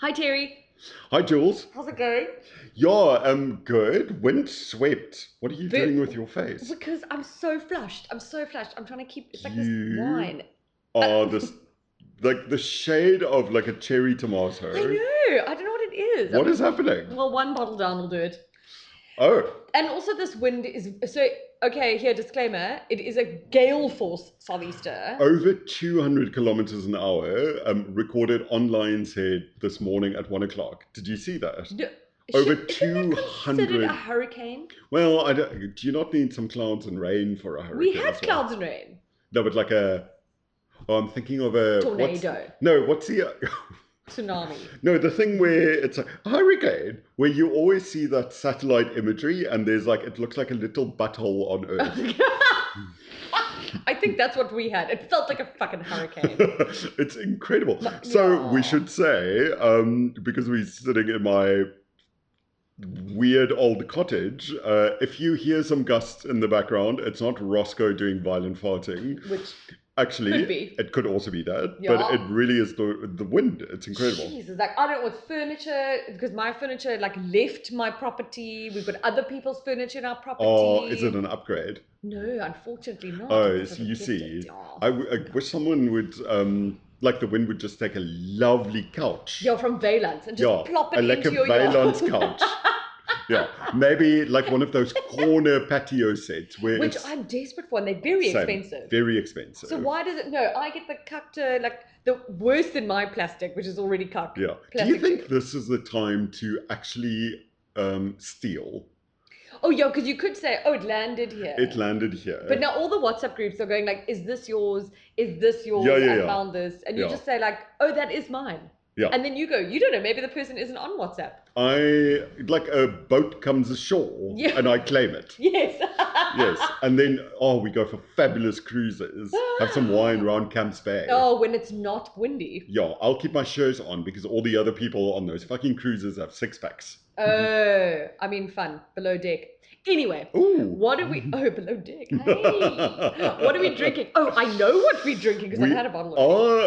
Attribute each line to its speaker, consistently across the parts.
Speaker 1: Hi, Terry.
Speaker 2: Hi, Jules.
Speaker 1: How's it going?
Speaker 2: You're um good. Wind swept. What are you
Speaker 1: Boo-
Speaker 2: doing with your face?
Speaker 1: Because I'm so flushed. I'm so flushed. I'm trying to keep. It's like
Speaker 2: You-
Speaker 1: this wine.
Speaker 2: Oh, this like the shade of like a cherry tomato.
Speaker 1: I know. I don't know what it is.
Speaker 2: What is happening?
Speaker 1: Well, one bottle down will do it.
Speaker 2: Oh,
Speaker 1: And also, this wind is so. Okay, here disclaimer: it is a gale force southeaster.
Speaker 2: over 200 kilometers an hour. Um, recorded online said this morning at one o'clock. Did you see that?
Speaker 1: No,
Speaker 2: over
Speaker 1: shit, isn't that considered
Speaker 2: 200
Speaker 1: A hurricane.
Speaker 2: Well, I don't, do you not need some clouds and rain for a hurricane?
Speaker 1: We had
Speaker 2: as well?
Speaker 1: clouds and rain,
Speaker 2: No, but like a. Oh, I'm thinking of a what's-
Speaker 1: tornado,
Speaker 2: no, what's the
Speaker 1: tsunami.
Speaker 2: No, the thing where it's a hurricane, where you always see that satellite imagery and there's like, it looks like a little butthole on Earth.
Speaker 1: I think that's what we had. It felt like a fucking hurricane.
Speaker 2: it's incredible.
Speaker 1: Like,
Speaker 2: So we
Speaker 1: yeah.
Speaker 2: should say, um, because we're sitting in my weird old cottage, uh, if you hear some gusts in the background, it's not Roscoe doing violent farting.
Speaker 1: Which
Speaker 2: Actually,
Speaker 1: Could be.
Speaker 2: it could also be that, but
Speaker 1: Yeah.
Speaker 2: it really is the, the wind. It's incredible.
Speaker 1: Jesus, like I don't know with furniture because my furniture like left my property. We've got other people's furniture in our property.
Speaker 2: Oh, is it an upgrade?
Speaker 1: No, unfortunately not.
Speaker 2: Oh,
Speaker 1: because
Speaker 2: so
Speaker 1: they've
Speaker 2: you
Speaker 1: kept
Speaker 2: see,
Speaker 1: it. Oh. Yeah.
Speaker 2: I, w- I wish someone would, um, like the wind would just take a lovely couch.
Speaker 1: You're from Valence and just
Speaker 2: Yeah,
Speaker 1: plop
Speaker 2: a,
Speaker 1: it
Speaker 2: like
Speaker 1: into
Speaker 2: a
Speaker 1: your
Speaker 2: Valence
Speaker 1: yard.
Speaker 2: couch. Yeah, maybe like one of those corner patio sets where
Speaker 1: Which
Speaker 2: it's
Speaker 1: I'm desperate for, and they're very
Speaker 2: Same.
Speaker 1: expensive.
Speaker 2: very expensive.
Speaker 1: so why does it? No, I get the cacta like the worse than my plastic, which is already cucked.
Speaker 2: Yeah. Do you
Speaker 1: Classic.
Speaker 2: think this is the time to actually um, steal?
Speaker 1: Oh yeah, because you could say, oh, it landed here.
Speaker 2: It landed here.
Speaker 1: But now all the WhatsApp groups are going like, "Is this yours? Is this yours?
Speaker 2: Yeah, yeah,
Speaker 1: I
Speaker 2: yeah.
Speaker 1: found this," and you
Speaker 2: Yeah.
Speaker 1: just say like, "Oh, that is mine."
Speaker 2: Yeah.
Speaker 1: And then you go, "You don't know. Maybe the person isn't on WhatsApp."
Speaker 2: I like a boat comes ashore
Speaker 1: Yeah.
Speaker 2: and I claim it.
Speaker 1: Yes.
Speaker 2: Yes, and then oh, we go for fabulous cruises. Have some wine round Camps Bay.
Speaker 1: oh, when it's not windy.
Speaker 2: Yo, I'll keep my shirt on because all the other people on those fucking cruises have six packs.
Speaker 1: Oh, I mean, fun below deck. Anyway,
Speaker 2: Ooh.
Speaker 1: what are we? Oh, below deck. Hey, what are we drinking? Oh, I know what we're drinking because
Speaker 2: We
Speaker 1: I've had a bottle. Of it.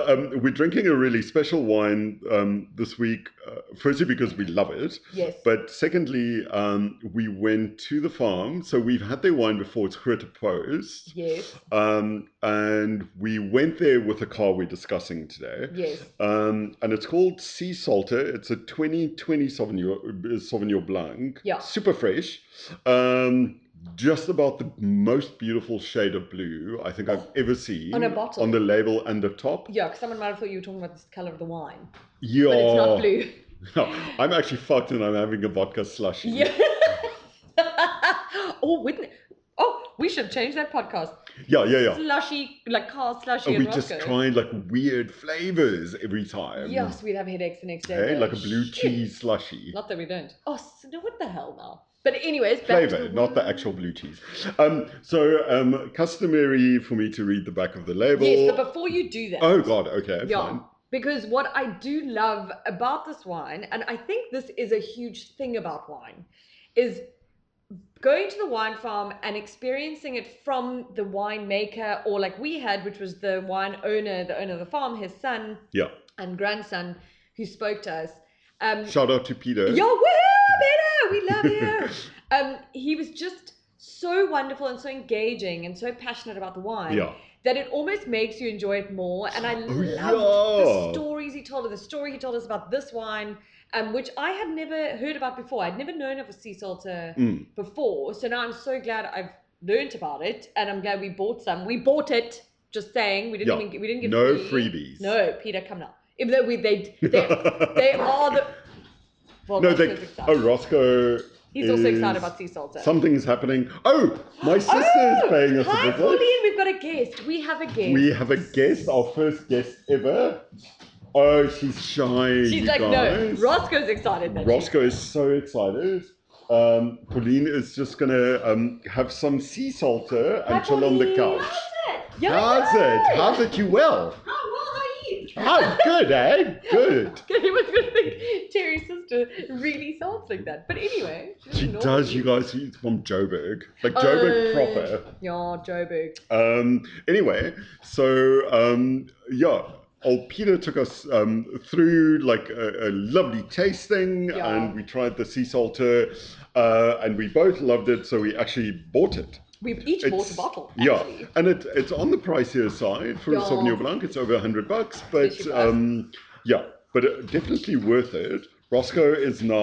Speaker 2: Are, um, we're drinking a really special wine um, this week, uh, firstly because we love it,
Speaker 1: Yes.
Speaker 2: but secondly, um, we went to the farm. So we've had their wine before, it's Huerta Post.
Speaker 1: yes.
Speaker 2: Um, and we went there with the car we're discussing today.
Speaker 1: Yes.
Speaker 2: Um, and it's called Sea Salter. It's a 2020 Sauvignon, uh, Sauvignon Blanc.
Speaker 1: Yeah.
Speaker 2: Super fresh. Um, just about the most beautiful shade of blue I think I've ever seen.
Speaker 1: On a bottle.
Speaker 2: On the label and the top.
Speaker 1: Yeah, 'cause someone might have thought you were talking about the color of the wine,
Speaker 2: Yeah.
Speaker 1: but it's
Speaker 2: Oh.
Speaker 1: not blue.
Speaker 2: I'm actually fucked and I'm having a vodka slushy.
Speaker 1: Yeah. oh, wouldn't. Oh, we should change that podcast.
Speaker 2: yeah, yeah. yeah.
Speaker 1: Slushy, like car slushy
Speaker 2: And
Speaker 1: and
Speaker 2: we just
Speaker 1: Roscoe.
Speaker 2: try like weird flavors every time.
Speaker 1: yes, we'd have headaches the next day.
Speaker 2: Hey,
Speaker 1: though.
Speaker 2: like a blue
Speaker 1: Shit.
Speaker 2: cheese slushy.
Speaker 1: Not that we don't. Oh, s- no, what the hell now? But anyways, back to
Speaker 2: flavor, not the actual blue cheese. Um, so um, customary for me to read the back of the label.
Speaker 1: Yes, but before you do that.
Speaker 2: oh God, okay,
Speaker 1: yeah.
Speaker 2: fine.
Speaker 1: Because what I do love about this wine, and I think this is a huge thing about wine, is going to the wine farm and experiencing it from the winemaker, or like we had, which was the wine owner, the owner of the farm, his son
Speaker 2: Yeah.
Speaker 1: and grandson, who spoke to us. Um,
Speaker 2: Shout out to Peter.
Speaker 1: Yo, woohoo, Peter! We love you. um, he was just so wonderful and so engaging and so passionate about the wine
Speaker 2: Yeah.
Speaker 1: that it almost makes you enjoy it more. And I loved
Speaker 2: Oh, yeah.
Speaker 1: the stories he told us, the story he told us about this wine, um, which I had never heard about before. I'd never known of a sea salter
Speaker 2: Mm.
Speaker 1: before. So now I'm so glad I've learnt about it, and I'm glad we bought some. We bought it. Just saying, we didn't
Speaker 2: Yeah.
Speaker 1: even get, we didn't get
Speaker 2: No
Speaker 1: free.
Speaker 2: freebies.
Speaker 1: No, Peter, come now. Even though we they they, they are the well,
Speaker 2: no,
Speaker 1: Roscoe's
Speaker 2: they.
Speaker 1: excited.
Speaker 2: Oh, Roscoe.
Speaker 1: He's also excited
Speaker 2: is-
Speaker 1: about sea salter.
Speaker 2: Something's happening. Oh, my sister is
Speaker 1: Oh,
Speaker 2: paying us
Speaker 1: Hi,
Speaker 2: a visit.
Speaker 1: Pauline. We've got a guest. We have a guest.
Speaker 2: We have a guest, our first guest ever. Oh, she's shy.
Speaker 1: She's
Speaker 2: you
Speaker 1: like,
Speaker 2: guys.
Speaker 1: no. Roscoe's excited. that she-
Speaker 2: Roscoe is so excited. Um, Pauline is just gonna um, have some sea salter and
Speaker 1: Hi,
Speaker 2: chill on the
Speaker 1: Pauline.
Speaker 2: couch.
Speaker 1: Yeah,
Speaker 2: How's
Speaker 1: yeah.
Speaker 2: it? How's it? You
Speaker 1: Oh,
Speaker 2: well?
Speaker 1: well, how are you?
Speaker 2: Ah, good, eh? Good.
Speaker 1: He was going to think Terry's sister really sounds like that. But anyway, she's
Speaker 2: She
Speaker 1: naughty.
Speaker 2: does, you guys. She's from Joburg, like
Speaker 1: Oh.
Speaker 2: Joburg proper.
Speaker 1: Yeah, Joburg.
Speaker 2: Um, anyway, so um, yeah, old Peter took us um, through like a, a lovely tasting,
Speaker 1: Yeah.
Speaker 2: and we tried the sea salter, uh, and we both loved it, so we actually bought it.
Speaker 1: We've each bought a bottle. Actually.
Speaker 2: Yeah, and it, it's on the pricier side for a
Speaker 1: Yeah.
Speaker 2: Sauvignon Blanc. It's over 100 bucks,
Speaker 1: Yes,
Speaker 2: but
Speaker 1: you are.
Speaker 2: um, yeah, but uh, definitely worth it. Roscoe is now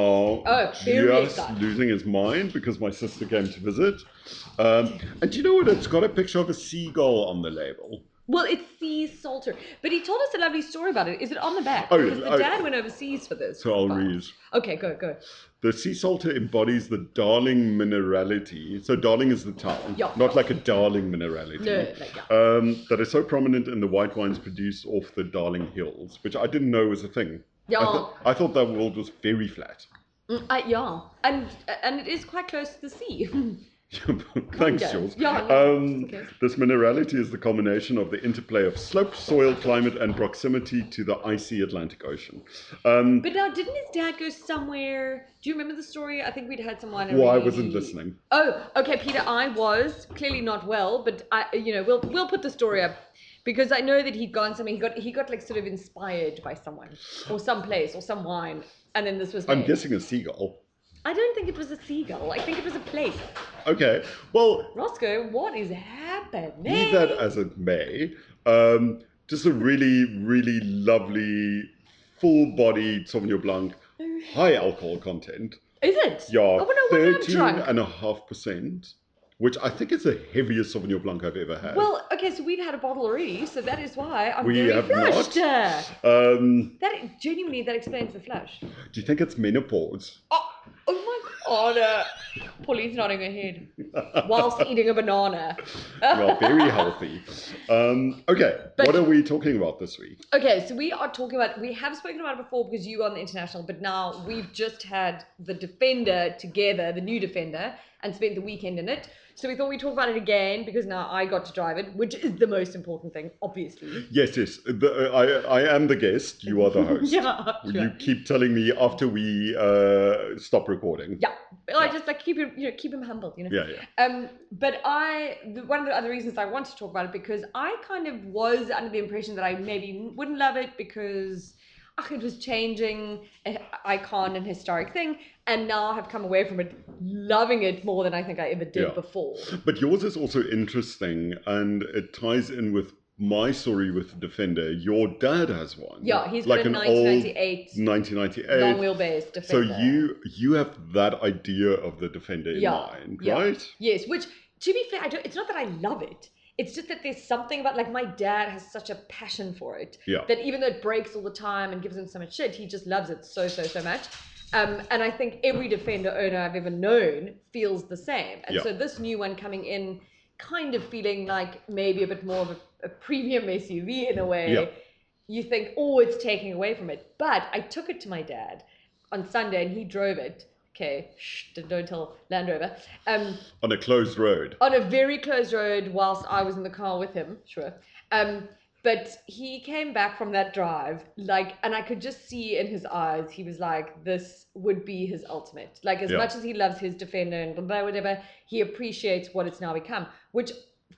Speaker 1: Oh, very
Speaker 2: just
Speaker 1: excited.
Speaker 2: losing his mind because my sister came to visit. Um, and do you know what? It's got a picture of a seagull on the label.
Speaker 1: Well, it's sea salter. But he told us a lovely story about it. Is it on the back?
Speaker 2: Oh,
Speaker 1: because the
Speaker 2: oh.
Speaker 1: dad went overseas for this.
Speaker 2: So I'll
Speaker 1: Wow.
Speaker 2: read.
Speaker 1: Okay, go, go.
Speaker 2: The sea salter embodies the darling minerality. So darling is the town,
Speaker 1: Yeah.
Speaker 2: not like a darling minerality.
Speaker 1: No, like, yeah.
Speaker 2: um, that is so prominent in the white wines produced off the Darling Hills, which I didn't know was a thing.
Speaker 1: Yeah.
Speaker 2: I, th- I thought that world was very flat.
Speaker 1: Mm, I- yeah. And, and it is quite close to the sea.
Speaker 2: Thanks,
Speaker 1: Yeah.
Speaker 2: Jules.
Speaker 1: Yeah, no,
Speaker 2: um,
Speaker 1: it's okay.
Speaker 2: This minerality is the culmination of the interplay of slope, soil, climate, and proximity to the icy Atlantic Ocean. Um,
Speaker 1: but now, didn't his dad go somewhere? Do you remember the story? I think we'd had someone.
Speaker 2: well, I
Speaker 1: really-
Speaker 2: wasn't listening.
Speaker 1: Oh, okay, Peter. I was clearly not well, but I, you know, we'll we'll put the story up because I know that he'd gone somewhere. He got he got like sort of inspired by someone or some place or some wine, and then this was.
Speaker 2: I'm
Speaker 1: made.
Speaker 2: guessing a seagull.
Speaker 1: I don't think it was a seagull. I think it was a place.
Speaker 2: Okay. Well,
Speaker 1: Roscoe, what is happening?
Speaker 2: Be that as it may, um, just a really, really lovely, full-bodied Sauvignon Blanc, high alcohol content.
Speaker 1: Is it?
Speaker 2: Yeah,
Speaker 1: Oh, no, when I'm
Speaker 2: thirteen
Speaker 1: drunk.
Speaker 2: and a half percent, which I think is the heaviest Sauvignon Blanc I've ever had.
Speaker 1: Well, okay, so we've had a bottle already, so that is why I'm
Speaker 2: We
Speaker 1: very
Speaker 2: have
Speaker 1: flushed.
Speaker 2: not. um,
Speaker 1: That genuinely that explains the flush.
Speaker 2: do you think it's menopause?
Speaker 1: Oh, oh my god! Uh, Pauline's nodding her head whilst eating a banana.
Speaker 2: Well, very healthy. Um, okay,
Speaker 1: But-
Speaker 2: what are we talking about this week?
Speaker 1: Okay, so we are talking about we have spoken about it before because you were on the international, but now we've just had the defender together, the new defender, and spent the weekend in it. So we thought we'd talk about it again because now I got to drive it, which is the most important thing, obviously.
Speaker 2: Yes, yes, the, uh, I, I am the guest. You are the host.
Speaker 1: Yeah.
Speaker 2: You keep telling me after we uh, stop recording.
Speaker 1: Yeah. I just like keep him, you know, keep him humble, you know.
Speaker 2: Yeah, yeah.
Speaker 1: Um, but I, the, one of the other reasons I want to talk about it because I kind of was under the impression that I maybe wouldn't love it because ugh, it was changing an icon and historic thing, and now I've come away from it loving it more than I think I ever did
Speaker 2: Yeah.
Speaker 1: before.
Speaker 2: But yours is also interesting, and it ties in with my story with the Defender. Your dad has one.
Speaker 1: Yeah, he's
Speaker 2: like
Speaker 1: got a
Speaker 2: an old
Speaker 1: 1998 long
Speaker 2: 1998.
Speaker 1: wheelbase
Speaker 2: So
Speaker 1: defender.
Speaker 2: you you have that idea of the Defender in
Speaker 1: Yeah,
Speaker 2: mind,
Speaker 1: yeah.
Speaker 2: right?
Speaker 1: Yes, which to be fair, I don't, it's not that I love it. It's just that there's something about like my dad has such a passion for it
Speaker 2: Yeah.
Speaker 1: that even though it breaks all the time and gives him so much shit, he just loves it so so so much. Um, and I think every defender owner I've ever known feels the same. And
Speaker 2: Yeah.
Speaker 1: so this new one coming in, kind of feeling like maybe a bit more of a, a premium SUV in a way.
Speaker 2: Yeah.
Speaker 1: You think, oh, it's taking away from it. But I took it to my dad on Sunday and he drove it. Okay, shh, don't tell Land Rover. Um,
Speaker 2: On a closed road.
Speaker 1: on a very closed road whilst I was in the car with him, sure. Um, but he came back from that drive, like, and I could just see in his eyes, he was like, this would be his ultimate. Like, as
Speaker 2: Yeah.
Speaker 1: much as he loves his defender and blah, blah, whatever, he appreciates what it's now become, which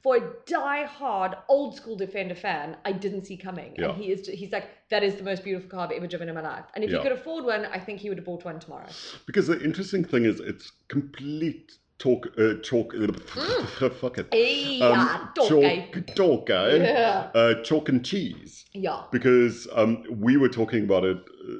Speaker 1: for a die-hard old school defender fan, I didn't see coming.
Speaker 2: Yeah.
Speaker 1: And he is, he's like, that is the most beautiful car I've ever driven in my life. And if
Speaker 2: Yeah.
Speaker 1: he could afford one, I think he would have bought one tomorrow.
Speaker 2: Because the interesting thing is, it's complete talk, uh, chalk, fuck it.
Speaker 1: Hey,
Speaker 2: Um,
Speaker 1: dog, Mm. eh?
Speaker 2: chalk, chalk, eh?
Speaker 1: Yeah.
Speaker 2: Uh, chalk and cheese.
Speaker 1: Yeah.
Speaker 2: because um, we were talking about it. uh,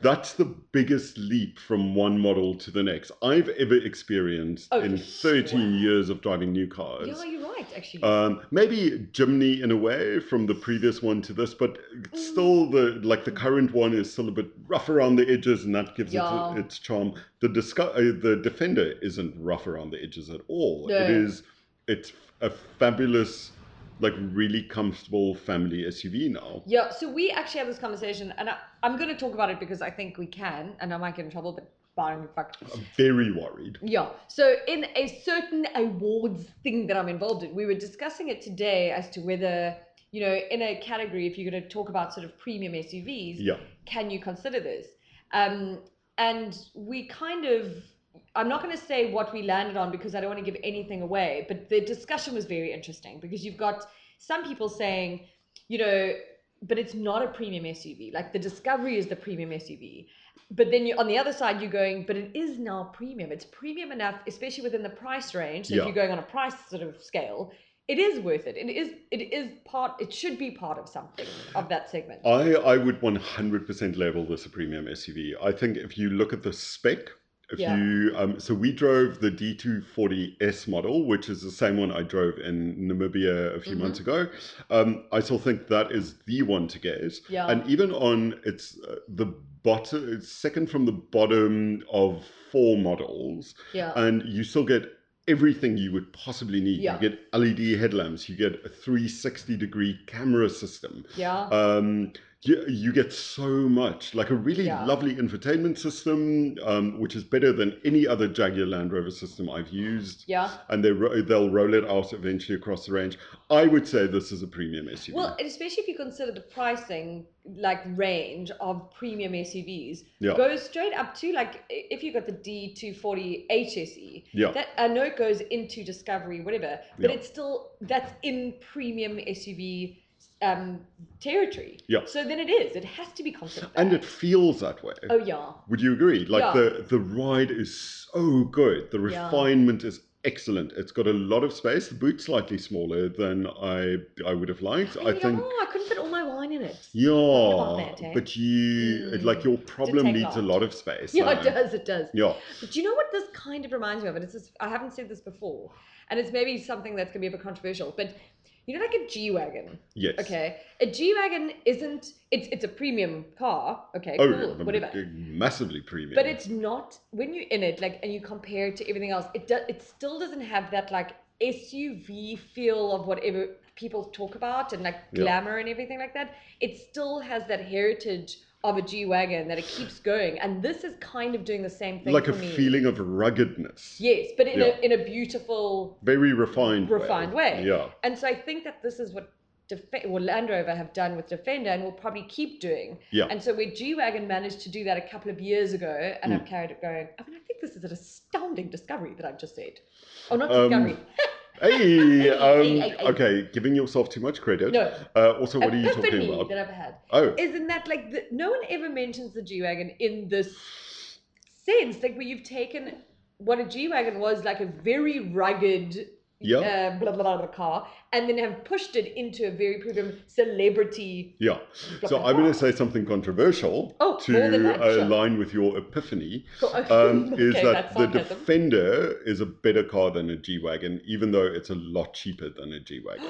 Speaker 2: That's the biggest leap from one model to the next I've ever experienced
Speaker 1: Oh,
Speaker 2: in
Speaker 1: sure.
Speaker 2: 13 years of driving new cars.
Speaker 1: Yeah, you're right, actually.
Speaker 2: Um, maybe Jimny in a way from the previous one to this, but it's
Speaker 1: Mm.
Speaker 2: still the like the current one is still a bit rough around the edges, and that gives
Speaker 1: Yeah.
Speaker 2: it its charm. The disco- uh, the Defender isn't rough around the edges at all.
Speaker 1: No.
Speaker 2: It is it's a fabulous, like really comfortable family SUV now.
Speaker 1: Yeah, so we actually had this conversation, and I, I'm going to talk about it because I think we can, and I might get in trouble, but fine, fuck.
Speaker 2: very worried.
Speaker 1: Yeah, so in a certain awards thing that I'm involved in, we were discussing it today as to whether, you know, in a category, if you're going to talk about sort of premium SUVs,
Speaker 2: Yeah,
Speaker 1: can you consider this? Um, and we kind of, I'm not going to say what we landed on because I don't want to give anything away, but the discussion was very interesting because you've got some people saying, you know, but it's not a premium SUV. Like the Discovery is the premium SUV. But then you, on the other side, you're going, but it is now premium. It's premium enough, especially within the price range. So
Speaker 2: Yeah.
Speaker 1: if you're going on a price sort of scale, it is worth it. It is it is part. It should be part of something of that segment.
Speaker 2: I, I would 100% label this a premium SUV. I think if you look at the spec, if
Speaker 1: Yeah.
Speaker 2: you um, so we drove the D240S model, which is the same one I drove in Namibia a few
Speaker 1: Mhm.
Speaker 2: months ago. Um, I still think that is the one to get.
Speaker 1: yeah.
Speaker 2: And even on it's uh, the bottom, it's second from the bottom of four models,
Speaker 1: yeah.
Speaker 2: and you still get everything you would possibly need.
Speaker 1: Yeah.
Speaker 2: You get LED headlamps, you get a 360 degree camera system
Speaker 1: yeah.
Speaker 2: um, you, you get so much like a really
Speaker 1: Yeah.
Speaker 2: lovely infotainment system um, which is better than any other jaguar land rover system i've used
Speaker 1: yeah.
Speaker 2: and they ro- they'll roll it out eventually across the range i would say this is a premium suv
Speaker 1: Well, and especially if you consider the pricing, like range of premium SUVs,
Speaker 2: Yeah.
Speaker 1: goes straight up to like i- if you got the D240 HSE,
Speaker 2: yeah
Speaker 1: E, that I know it goes into Discovery, whatever, but
Speaker 2: Yeah.
Speaker 1: it's still that's in premium SUV um, territory.
Speaker 2: Yeah.
Speaker 1: So then it is. It has to be considered.
Speaker 2: and
Speaker 1: that.
Speaker 2: it feels that way
Speaker 1: oh yeah,
Speaker 2: would you agree like
Speaker 1: Yeah.
Speaker 2: the the ride is so good the
Speaker 1: Yeah.
Speaker 2: refinement is excellent it's got a lot of space the boot's slightly smaller than i i would have liked i
Speaker 1: yeah,
Speaker 2: think
Speaker 1: "Oh, I couldn't fit all my wine in it. about
Speaker 2: Yeah,
Speaker 1: that, eh?
Speaker 2: but you
Speaker 1: Mm.
Speaker 2: like your problem
Speaker 1: take
Speaker 2: needs a
Speaker 1: long.
Speaker 2: lot of space.
Speaker 1: Yeah, it
Speaker 2: eh?
Speaker 1: does. It does.
Speaker 2: Yeah,
Speaker 1: But do you know what this kind of reminds me of? And it's just, I haven't said this before, and it's maybe something that's gonna be a bit controversial, but you know, like a G wagon.
Speaker 2: yes.
Speaker 1: Okay, a G wagon isn't. It's it's a premium car. Okay,
Speaker 2: Oh,
Speaker 1: cool,
Speaker 2: yeah,
Speaker 1: whatever.
Speaker 2: massively premium.
Speaker 1: But it's not when you're in it, like, and you compare it to everything else. It does. It still doesn't have that like SUV feel of whatever people talk about and like
Speaker 2: Yeah.
Speaker 1: glamour and everything like that. It still has that heritage of a G wagon that it keeps going, and this is kind of doing the same thing.
Speaker 2: like
Speaker 1: for
Speaker 2: a
Speaker 1: me.
Speaker 2: feeling of ruggedness.
Speaker 1: Yes, but in
Speaker 2: Yeah.
Speaker 1: a in a beautiful.
Speaker 2: Very refined.
Speaker 1: Refined way.
Speaker 2: Yeah.
Speaker 1: And so I think that this is what Def- well, Land Rover have done with Defender and will probably keep doing.
Speaker 2: Yeah.
Speaker 1: And so where G Wagon managed to do that a couple of years ago, and
Speaker 2: Hmm.
Speaker 1: I've carried it going. I mean, I think this is an astounding discovery that I've just said. Oh, not
Speaker 2: Um,
Speaker 1: discovery.
Speaker 2: Hey, um,
Speaker 1: hey, hey.
Speaker 2: okay, giving yourself too much credit.
Speaker 1: No.
Speaker 2: Uh, also, what are you
Speaker 1: Epiphany
Speaker 2: talking about?
Speaker 1: that I've had.
Speaker 2: Oh,
Speaker 1: Isn't that like the, no one ever mentions the G wagon in this sense, like where you've taken what a G wagon was, like a very rugged.
Speaker 2: Yeah.
Speaker 1: Uh, blah, blah, blah, blah, car, and then have pushed it into a very premium celebrity.
Speaker 2: yeah. So I'm going to say something controversial
Speaker 1: Oh, more than that,
Speaker 2: to
Speaker 1: sure.
Speaker 2: align with your epiphany. um,
Speaker 1: um,
Speaker 2: is that
Speaker 1: sarcasm.
Speaker 2: the Defender is a better car than a G wagon, even though it's a lot cheaper than a G wagon.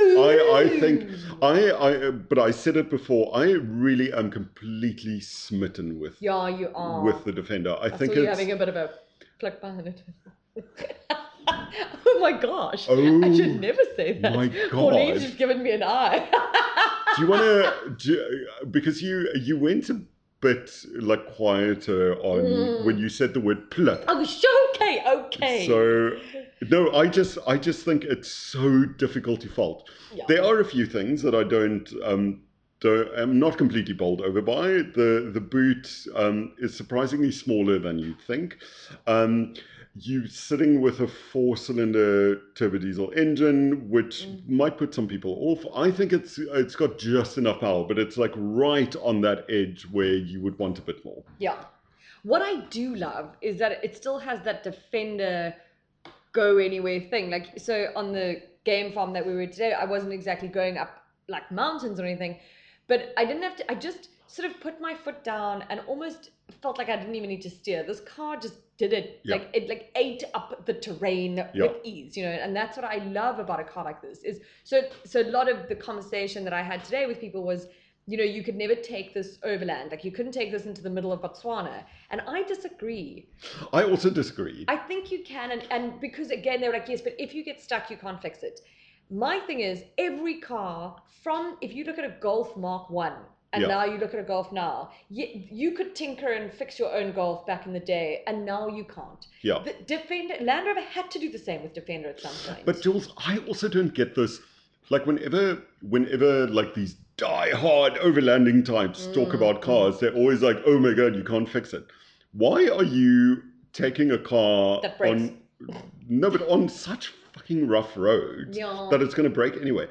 Speaker 2: I- I think-
Speaker 1: Ooh.
Speaker 2: I, I, but I said it before. I really am completely smitten with
Speaker 1: Yeah, you are.
Speaker 2: with the Defender. I
Speaker 1: I
Speaker 2: think
Speaker 1: saw you
Speaker 2: it's
Speaker 1: having a bit of a plug behind it. oh my gosh! I
Speaker 2: Oh
Speaker 1: should never say that.
Speaker 2: my
Speaker 1: Pauline's
Speaker 2: God.
Speaker 1: just given me an eye.
Speaker 2: do you want to? Because you you went a bit like quieter on
Speaker 1: Mm.
Speaker 2: when you said the word plug.
Speaker 1: oh, sure, okay, okay.
Speaker 2: So no, I just I just think it's so difficult to fault.
Speaker 1: yeah.
Speaker 2: There are a few things that I don't um do I'm not completely bowled over by. The the boot um, is surprisingly smaller than you'd think. Um, you sitting with a four-cylinder turbo diesel engine, which
Speaker 1: Mm.
Speaker 2: might put some people off. I think it's it's got just enough power, but it's like right on that edge where you would want a bit more.
Speaker 1: Yeah. What I do love is that it still has that defender go anywhere thing. Like so on the game farm that we were today, I wasn't exactly going up like mountains or anything, but I didn't have to I just sort of put my foot down and almost felt like I didn't even need to steer. This car just did it.
Speaker 2: Yeah.
Speaker 1: Like it like ate up the terrain
Speaker 2: Yeah.
Speaker 1: with ease, you know, and that's what I love about a car like this is so so a lot of the conversation that I had today with people was you know, you could never take this overland. Like you couldn't take this into the middle of Botswana. And I disagree.
Speaker 2: I also disagree.
Speaker 1: I think you can and, and because again they were like, yes, but if you get stuck, you can't fix it. My thing is every car from if you look at a Golf Mark One and
Speaker 2: Yeah.
Speaker 1: now you look at a Golf now, you, you could tinker and fix your own Golf back in the day, and now you can't.
Speaker 2: yeah.
Speaker 1: The Defender Land Rover had to do the same with Defender at some point.
Speaker 2: But Jules, I also don't get this. Like whenever, whenever like these die-hard overlanding types talk
Speaker 1: Mm.
Speaker 2: about cars, they're always like, "Oh my god, you can't fix it." Why are you taking a car
Speaker 1: That breaks.
Speaker 2: on no, but on such fucking rough roads
Speaker 1: yeah.
Speaker 2: that it's going to break anyway?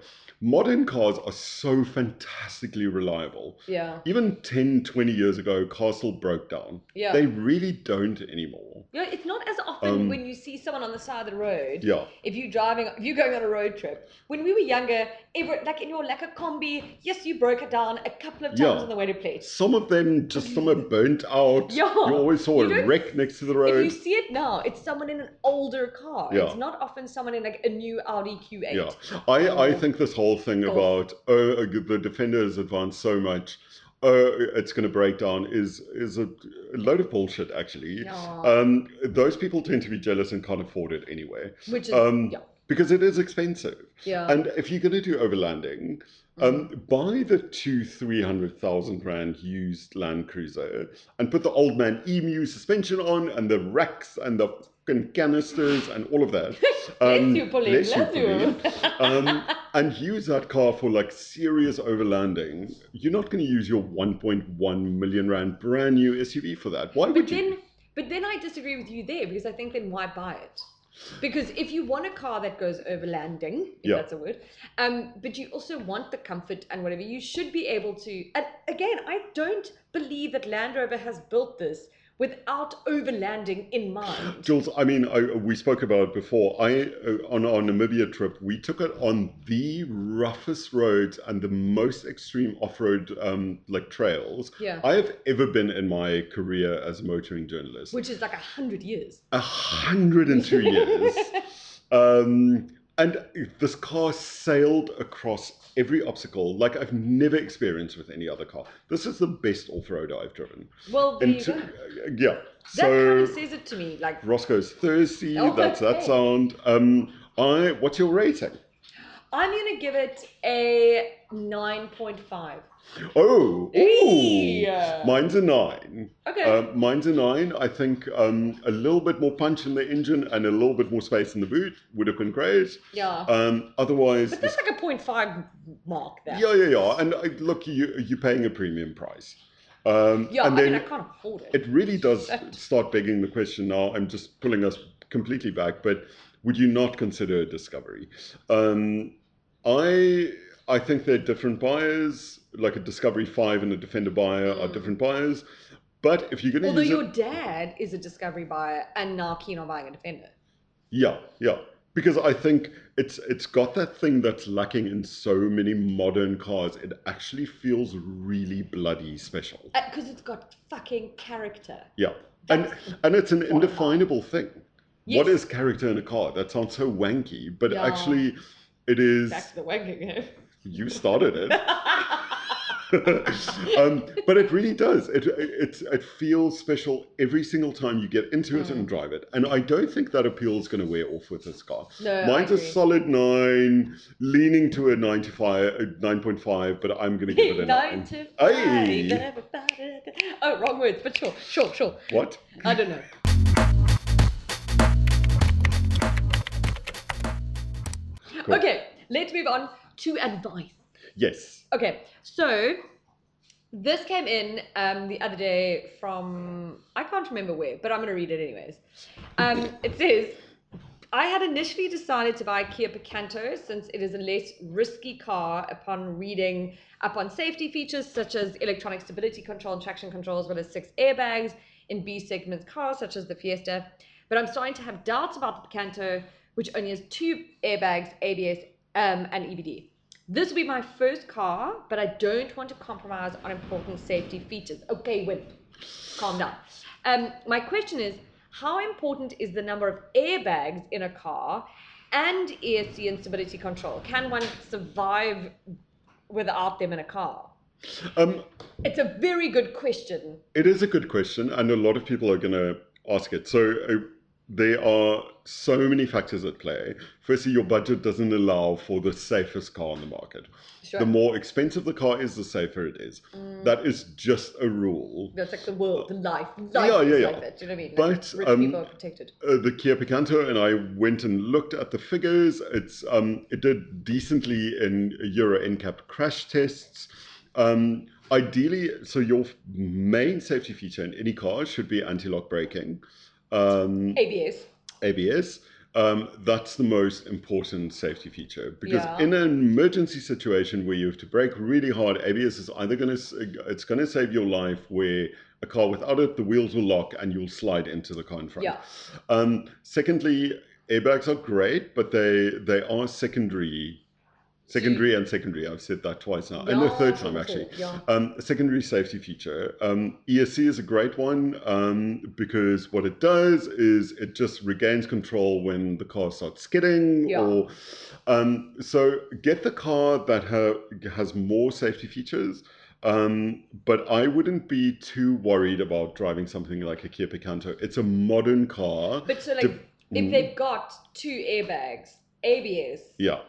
Speaker 2: modern cars are so fantastically reliable.
Speaker 1: Yeah.
Speaker 2: Even 10, 20 years ago, cars still broke down.
Speaker 1: Yeah.
Speaker 2: They really don't anymore.
Speaker 1: yeah, it's not as often
Speaker 2: Um,
Speaker 1: when you see someone on the side of the road.
Speaker 2: Yeah.
Speaker 1: If you're driving, if you're going on a road trip. When we were younger, ever like in your like a combi, yes, you broke it down a couple of times
Speaker 2: Yeah.
Speaker 1: on the way to play.
Speaker 2: Some of them just some are burnt out.
Speaker 1: Yeah.
Speaker 2: You always saw
Speaker 1: You
Speaker 2: a
Speaker 1: don't-
Speaker 2: wreck next to the
Speaker 1: If
Speaker 2: road.
Speaker 1: you see it now, it's someone in an older car.
Speaker 2: Yeah.
Speaker 1: It's not often someone in like a new Audi Q8.
Speaker 2: Yeah, I, I
Speaker 1: Oh.
Speaker 2: think this whole thing
Speaker 1: Oh.
Speaker 2: about oh uh, the defender has advanced so much, oh it's going to break down is is a load of bullshit actually.
Speaker 1: Yeah.
Speaker 2: Um, those people tend to be jealous and can't afford it anyway
Speaker 1: Which is
Speaker 2: um,
Speaker 1: yeah.
Speaker 2: because it is expensive.
Speaker 1: Yeah. Mm-hmm.
Speaker 2: And if you're going to do overlanding, um, buy the two three hundred thousand rand used Land Cruiser and put the old man emu suspension on and the racks and the fucking canisters and all of that. Um,
Speaker 1: bless you, Pauline.
Speaker 2: bless you, Pauline
Speaker 1: Bless you.
Speaker 2: um, and use that car for like serious overlanding, you're not going to use your 1.1 million rand brand new SUV for that. Why
Speaker 1: But
Speaker 2: would you?
Speaker 1: then, but then I disagree with you there because I think then why buy it? Because if you want a car that goes overlanding, if
Speaker 2: Yeah.
Speaker 1: that's a word, um, but you also want the comfort and whatever, you should be able to. And again, I don't believe that Land Rover has built this without overlanding in mind.
Speaker 2: Jules, I mean, I, we spoke about it before. I uh, on our Namibia trip, we took it on the roughest roads and the most extreme off-road um, like trails
Speaker 1: Yeah,
Speaker 2: I have ever been in my career as a motoring journalist.
Speaker 1: which is like a hundred years.
Speaker 2: A hundred and two years. Um, and this car sailed across every obstacle like I've never experienced with any other car. This is the best off road I've driven.
Speaker 1: well, there
Speaker 2: And
Speaker 1: you
Speaker 2: to-
Speaker 1: go.
Speaker 2: yeah,
Speaker 1: That kind
Speaker 2: so
Speaker 1: of says it to me. Like
Speaker 2: Roscoe's thirsty.
Speaker 1: Oh,
Speaker 2: that's that
Speaker 1: okay.
Speaker 2: sound. Um, I. What's your rating?
Speaker 1: I'm gonna give it a nine point five.
Speaker 2: Oh, ooh,
Speaker 1: Yeah.
Speaker 2: mine's a nine.
Speaker 1: Okay.
Speaker 2: Uh, mine's a nine. I think um, a little bit more punch in the engine and a little bit more space in the boot would have been great.
Speaker 1: yeah.
Speaker 2: Um, otherwise,
Speaker 1: Oh. But
Speaker 2: this
Speaker 1: that's like a 0.5 mark there.
Speaker 2: Yeah, yeah, yeah. And uh, look, you you're paying a premium price. Um,
Speaker 1: Yeah,
Speaker 2: and
Speaker 1: I
Speaker 2: then
Speaker 1: mean, I can't afford it.
Speaker 2: it really does
Speaker 1: Shit.
Speaker 2: start begging the question now. I'm just pulling us completely back, but would you not consider a discovery? Um, I I think they're different buyers. Like a Discovery Five and a Defender buyer are
Speaker 1: Mm.
Speaker 2: different buyers. But if you're going
Speaker 1: Although
Speaker 2: to use
Speaker 1: your
Speaker 2: it,
Speaker 1: dad is a Discovery buyer and now keen on buying a Defender.
Speaker 2: yeah, yeah. Because I think it's it's got that thing that's lacking in so many modern cars. It actually feels really bloody special.
Speaker 1: Because Uh, it's got fucking character.
Speaker 2: Yeah. And
Speaker 1: That's-
Speaker 2: and it's an
Speaker 1: Wow.
Speaker 2: indefinable thing. What
Speaker 1: Yes.
Speaker 2: is character in a car? That sounds so wanky, but
Speaker 1: Yeah.
Speaker 2: actually it is
Speaker 1: Back to the wanking.
Speaker 2: you started it. um, but it really does. It, it it's- it feels special every single time you get into it
Speaker 1: Mm.
Speaker 2: and drive it. And I don't think that appeal is going to wear off with this car.
Speaker 1: no,
Speaker 2: Mine's
Speaker 1: I
Speaker 2: a
Speaker 1: agree.
Speaker 2: solid nine, leaning to a nine to five, a nine point five. But I'm going to give it a
Speaker 1: Nine
Speaker 2: nine.
Speaker 1: to
Speaker 2: Aye.
Speaker 1: five. Oh, wrong words, but sure, sure, sure.
Speaker 2: What?
Speaker 1: I don't know.
Speaker 2: Cool.
Speaker 1: Okay, let's move on to advice.
Speaker 2: Yes.
Speaker 1: Okay, so this came in um, the other day from I can't remember where, but I'm gonna read it anyways. Um, it says. I had initially decided to buy a Kia Picanto since it is a less risky car upon reading up on safety features such as electronic stability control and traction control, as well as six airbags in B segment cars such as the Fiesta. But I'm starting to have doubts about the Picanto, which only has two airbags, ABS, um, and EBD. This will be my first car, but I don't want to compromise on important safety features. Okay, Wimp, calm down. Um, my question is how important is the number of airbags in a car and ESC and stability control? Can one survive without them in a car?
Speaker 2: Um,
Speaker 1: It's a very good question.
Speaker 2: It is a good question, and a lot of people are going to ask it. So uh, there are so many factors at play. Firstly, your budget doesn't allow for the safest car on the market.
Speaker 1: Sure.
Speaker 2: The more expensive the car is, the safer it is. That is just a rule.
Speaker 1: That's like the world, the life, life
Speaker 2: Yeah, yeah,
Speaker 1: is
Speaker 2: yeah.
Speaker 1: like that. Do you know what I mean? Like,
Speaker 2: But,
Speaker 1: rich
Speaker 2: um,
Speaker 1: people are protected.
Speaker 2: Uh, the Kia Picanto, and I went and looked at the figures. It's um, it did decently in Euro NCAP crash tests. Um, ideally, so your main safety feature in any car should be anti-lock braking. Um,
Speaker 1: ABS.
Speaker 2: ABS. um, that's the most important safety feature because
Speaker 1: Yeah.
Speaker 2: in an emergency situation where you have to brake really hard, ABS is either going to it's going to save your life where a car without it the wheels will lock and you'll slide into the car in front.
Speaker 1: Yeah.
Speaker 2: Um, secondly, airbags are great, but they they are secondary. Secondary and secondary. I've said that twice now, and the
Speaker 1: Yeah,
Speaker 2: third time
Speaker 1: cool,
Speaker 2: actually.
Speaker 1: cool. Yeah.
Speaker 2: Um, a secondary safety feature. Um, ESC is a great one um, because what it does is it just regains control when the car starts skidding.
Speaker 1: Yeah.
Speaker 2: Or um, so get the car that ha- has more safety features. Um, but I wouldn't be too worried about driving something like a Kia Picanto. It's a modern car.
Speaker 1: But so like
Speaker 2: Dep-
Speaker 1: if
Speaker 2: Mm,
Speaker 1: they've got two airbags, ABS,
Speaker 2: yeah,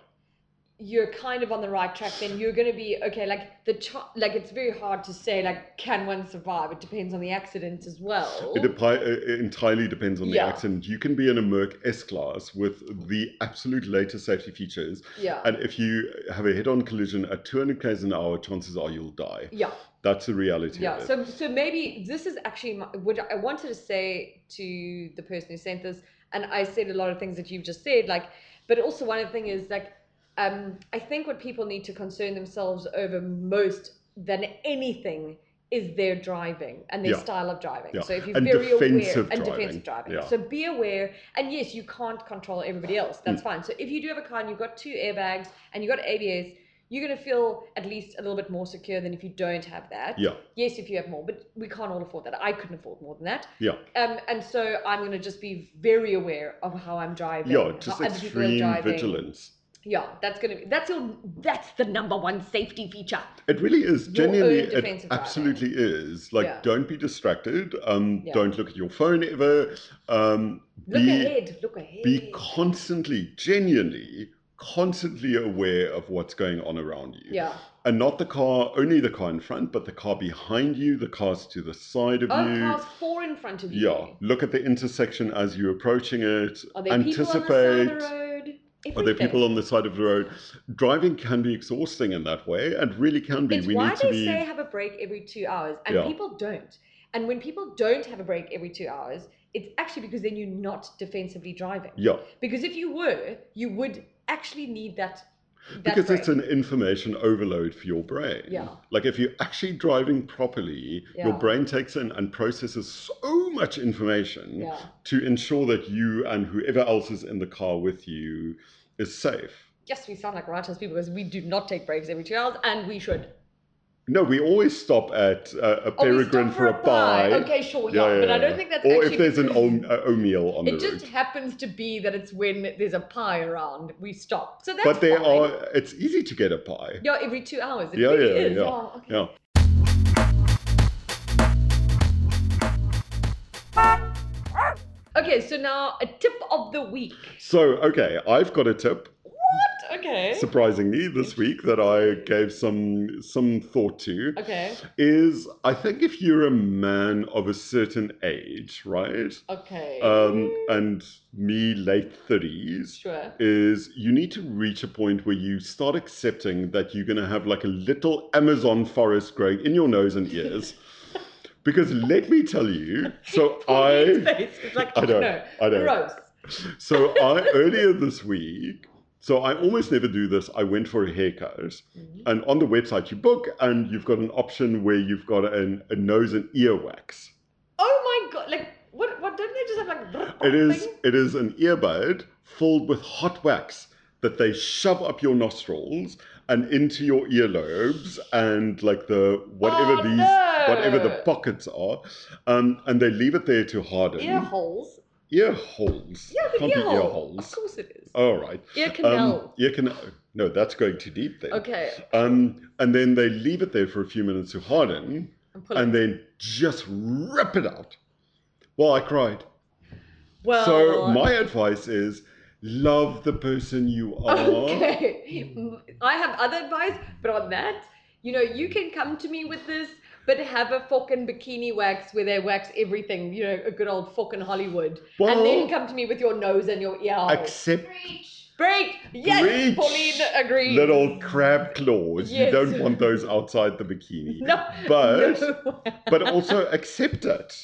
Speaker 1: you're kind of on the right track. Then you're going to be okay. Like the ch- like it's very hard to say like can one survive? It depends on the accident as well.
Speaker 2: it, depi- uh, it entirely depends on the
Speaker 1: Oh. Yeah.
Speaker 2: accident. You can be in a Merc S class with the absolute latest safety features,
Speaker 1: yeah,
Speaker 2: And if you have a head-on collision at 200 k's an hour, chances are you'll die.
Speaker 1: yeah.
Speaker 2: That's the reality
Speaker 1: Yeah.
Speaker 2: of it.
Speaker 1: So so maybe this is actually my, what I wanted to say to the person who sent this, and I said a lot of things that you've just said. Like, but also one of the thing is like, um, I think what people need to concern themselves over most than anything is their driving and their
Speaker 2: Yeah.
Speaker 1: style of driving.
Speaker 2: Yeah.
Speaker 1: So if you're
Speaker 2: And
Speaker 1: very aware
Speaker 2: defensive
Speaker 1: and
Speaker 2: driving.
Speaker 1: defensive driving,
Speaker 2: Yeah.
Speaker 1: so be aware. And yes, you can't control everybody else. That's
Speaker 2: Mm.
Speaker 1: fine. So if you do have a car and you've got two airbags and you've got ABS. You're going to feel at least a little bit more secure than if you don't have that
Speaker 2: yeah,
Speaker 1: yes, if you have more, but we can't all afford that. I couldn't afford more than that.
Speaker 2: yeah,
Speaker 1: Um, and so I'm going to just be very aware of how I'm driving.
Speaker 2: yeah.
Speaker 1: how
Speaker 2: Just
Speaker 1: other people are
Speaker 2: extreme
Speaker 1: driving.
Speaker 2: vigilance.
Speaker 1: Yeah, that's going to be that's your that's the number one safety feature.
Speaker 2: It really is.
Speaker 1: Your
Speaker 2: Genuinely,
Speaker 1: own
Speaker 2: it
Speaker 1: defensive driving.
Speaker 2: absolutely is. Like,
Speaker 1: Yeah.
Speaker 2: don't be distracted. Um,
Speaker 1: Yeah.
Speaker 2: Don't look at your phone ever. Um,
Speaker 1: Look
Speaker 2: be
Speaker 1: ahead. Look ahead.
Speaker 2: be constantly, genuinely, constantly aware of what's going on around you.
Speaker 1: yeah.
Speaker 2: And not the car, only the car in front, but the car behind you, the cars to the side of
Speaker 1: Oh,
Speaker 2: you.
Speaker 1: cars four in front of you.
Speaker 2: Yeah, look at the intersection as you're approaching it.
Speaker 1: Are there
Speaker 2: anticipate.
Speaker 1: people on the side of the road?
Speaker 2: Are there people on the side of the road? Driving can be exhausting in that way, and really can be.
Speaker 1: It's
Speaker 2: we
Speaker 1: why
Speaker 2: need
Speaker 1: they
Speaker 2: to be.
Speaker 1: say have a break every two hours, and
Speaker 2: Yeah.
Speaker 1: people don't. And when people don't have a break every two hours, it's actually because then you're not defensively driving.
Speaker 2: yeah,
Speaker 1: Because if you were, you would actually need that. that
Speaker 2: because it's
Speaker 1: break.
Speaker 2: an information overload for your brain.
Speaker 1: Yeah.
Speaker 2: Like if you're actually driving properly, your
Speaker 1: Yeah.
Speaker 2: brain takes in and processes so much information
Speaker 1: yeah,
Speaker 2: to ensure that you and whoever else is in the car with you is safe.
Speaker 1: yes, we sound like righteous people because we do not take breaks every two hours, and we should.
Speaker 2: No, we always stop at uh, a
Speaker 1: Oh, we stop
Speaker 2: peregrine for a pie.
Speaker 1: Okay, sure, yeah, but I don't think that's
Speaker 2: Or
Speaker 1: actually.
Speaker 2: if there's an
Speaker 1: because
Speaker 2: old, uh, oatmeal on
Speaker 1: It
Speaker 2: the
Speaker 1: just
Speaker 2: route.
Speaker 1: happens to be that it's when there's a pie around we stop. So that's.
Speaker 2: But there
Speaker 1: fine.
Speaker 2: are. It's easy to get a pie.
Speaker 1: Yeah, every two hours. It
Speaker 2: Yeah,
Speaker 1: really
Speaker 2: yeah,
Speaker 1: is.
Speaker 2: yeah,
Speaker 1: Oh, okay.
Speaker 2: Yeah.
Speaker 1: Okay, so now a tip of the week.
Speaker 2: So okay, I've got a tip.
Speaker 1: What? Okay.
Speaker 2: Surprisingly, this week that I gave some some thought to
Speaker 1: okay.
Speaker 2: is I think if you're a man of a certain age, right,
Speaker 1: Okay.
Speaker 2: um, and me late thirties,
Speaker 1: sure.
Speaker 2: is you need to reach a point where you start accepting that you're going to have like a little Amazon forest growing in your nose and ears. because let me tell you, so
Speaker 1: Pauline's
Speaker 2: I,
Speaker 1: face is like,
Speaker 2: I don't,
Speaker 1: no,
Speaker 2: I don't.
Speaker 1: gross.
Speaker 2: So I earlier this week, so I almost never do this. I went for a haircut, and on the website you book, and you've got an option where you've got an, a nose and ear wax.
Speaker 1: Oh my god! Like what? What don't they just have like? brrr, brrr
Speaker 2: It is
Speaker 1: thing?
Speaker 2: it is an earbud filled with hot wax that they shove up your nostrils and into your earlobes and like the whatever
Speaker 1: Oh,
Speaker 2: these
Speaker 1: no.
Speaker 2: whatever the pockets are, um, and they leave it there to harden.
Speaker 1: ear holes.
Speaker 2: Ear holes.
Speaker 1: Yeah, the
Speaker 2: Can't
Speaker 1: ear,
Speaker 2: be
Speaker 1: hole.
Speaker 2: ear
Speaker 1: Of
Speaker 2: holes. Uh,
Speaker 1: course it is.
Speaker 2: All right.
Speaker 1: ear
Speaker 2: Um,
Speaker 1: canal.
Speaker 2: ear canal. No, that's going too deep then.
Speaker 1: okay,
Speaker 2: Um, and then they leave it there for a few minutes to harden,
Speaker 1: I'm pulling.
Speaker 2: and then just rip it out. Well, I cried.
Speaker 1: well,
Speaker 2: So my advice is love the person you are.
Speaker 1: okay. I have other advice, but on that, you know, you can come to me with this. But have a fucking bikini wax where they wax everything, you know, a good old fucking Hollywood.
Speaker 2: Well,
Speaker 1: and then come to me with your nose and your ear. hole.
Speaker 2: accept
Speaker 1: Break! Yes!
Speaker 2: Breach.
Speaker 1: Pauline agrees.
Speaker 2: little crab claws. You
Speaker 1: Yes.
Speaker 2: don't want those outside the bikini.
Speaker 1: No.
Speaker 2: But
Speaker 1: no.
Speaker 2: but also accept it.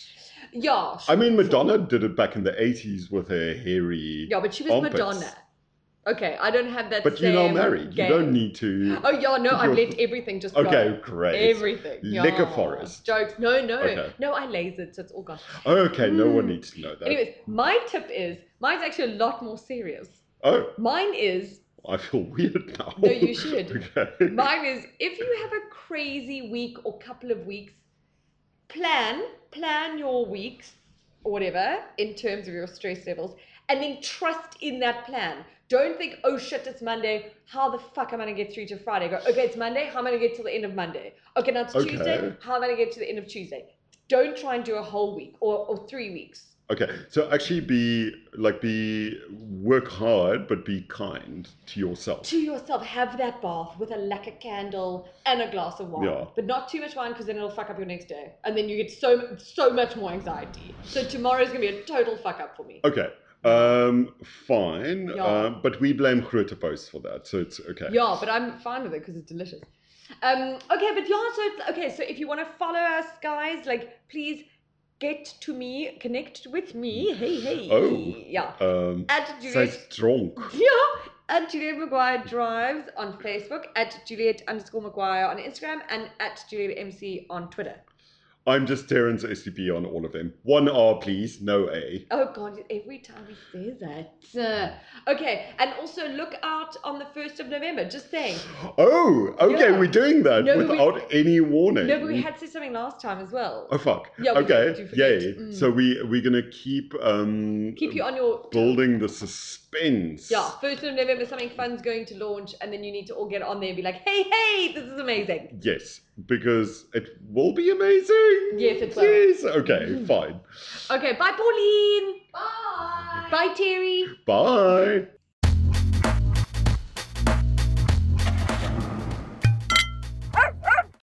Speaker 1: Yeah.
Speaker 2: I mean, Madonna did it back in the 80s with her hairy.
Speaker 1: Yeah, but she was
Speaker 2: Armpits.
Speaker 1: Madonna. Okay, I don't have that.
Speaker 2: But you're now
Speaker 1: same
Speaker 2: married.
Speaker 1: game.
Speaker 2: You don't need to.
Speaker 1: Oh yeah, no, I've
Speaker 2: You're-
Speaker 1: left everything just
Speaker 2: Okay,
Speaker 1: blown.
Speaker 2: great.
Speaker 1: Everything.
Speaker 2: Lick a
Speaker 1: yeah.
Speaker 2: forest.
Speaker 1: Jokes. No, no.
Speaker 2: Okay.
Speaker 1: No, I lasered, so it's all gone.
Speaker 2: Okay, no one
Speaker 1: Mm.
Speaker 2: needs to know that.
Speaker 1: Anyways, my tip is mine's actually a lot more serious.
Speaker 2: Oh,
Speaker 1: Mine is
Speaker 2: I feel weird now.
Speaker 1: No, you should.
Speaker 2: okay.
Speaker 1: mine is if you have a crazy week or couple of weeks, plan plan your weeks or whatever in terms of your stress levels, and then trust in that plan. Don't think, oh shit, it's Monday. How the fuck am I gonna get through to Friday? Go, okay, it's Monday. How am I gonna get to the end of Monday? Okay, now it's
Speaker 2: Okay.
Speaker 1: Tuesday. How am I gonna get to the end of Tuesday? Don't try and do a whole week or, or three weeks.
Speaker 2: Okay, so actually be like be work hard, but be kind to yourself.
Speaker 1: to yourself, have that bath with a lacquer candle and a glass of wine,
Speaker 2: Yeah.
Speaker 1: but not too much wine because then it'll fuck up your next day, and then you get so so much more anxiety. So tomorrow's gonna be a total fuck up for me.
Speaker 2: Okay, um, fine,
Speaker 1: Yeah.
Speaker 2: uh, but we blame Grotepost for that, so it's okay.
Speaker 1: Yeah, but I'm fine with it because it's delicious. Um, okay, but yeah, so it's, okay, so if you want to follow us, guys, like please get to me, connect with me. Hey, hey.
Speaker 2: Oh.
Speaker 1: yeah.
Speaker 2: Um,
Speaker 1: At Juliet
Speaker 2: says drunk.
Speaker 1: Yeah, at Juliet Maguire Drives on Facebook, at Juliet underscore Maguire on Instagram, and at Juliet MC on Twitter.
Speaker 2: I'm just Terence STP on all of them. One R, please, no A.
Speaker 1: Oh God, every time we say that. Uh, okay, and also look out on the 1st of November, just saying.
Speaker 2: Oh, okay,
Speaker 1: Yeah.
Speaker 2: we're doing that
Speaker 1: No, but we-
Speaker 2: without any warning.
Speaker 1: No, but we had said something last time as well.
Speaker 2: Oh fuck.
Speaker 1: Yeah, we
Speaker 2: okay.
Speaker 1: did, you forget.
Speaker 2: Yay.
Speaker 1: Mm.
Speaker 2: So we we're gonna keep um
Speaker 1: Keep you on your.
Speaker 2: building the suspense.
Speaker 1: Yeah, 1st of November, something fun's going to launch, and then you need to all get on there and be like, hey, hey, this is amazing.
Speaker 2: Yes, because it will be amazing.
Speaker 1: Yes, it will.
Speaker 2: Yes. Okay.
Speaker 1: Mhm.
Speaker 2: Fine.
Speaker 1: Okay, bye, Pauline.
Speaker 3: Bye.
Speaker 1: Bye, Terry.
Speaker 2: Bye.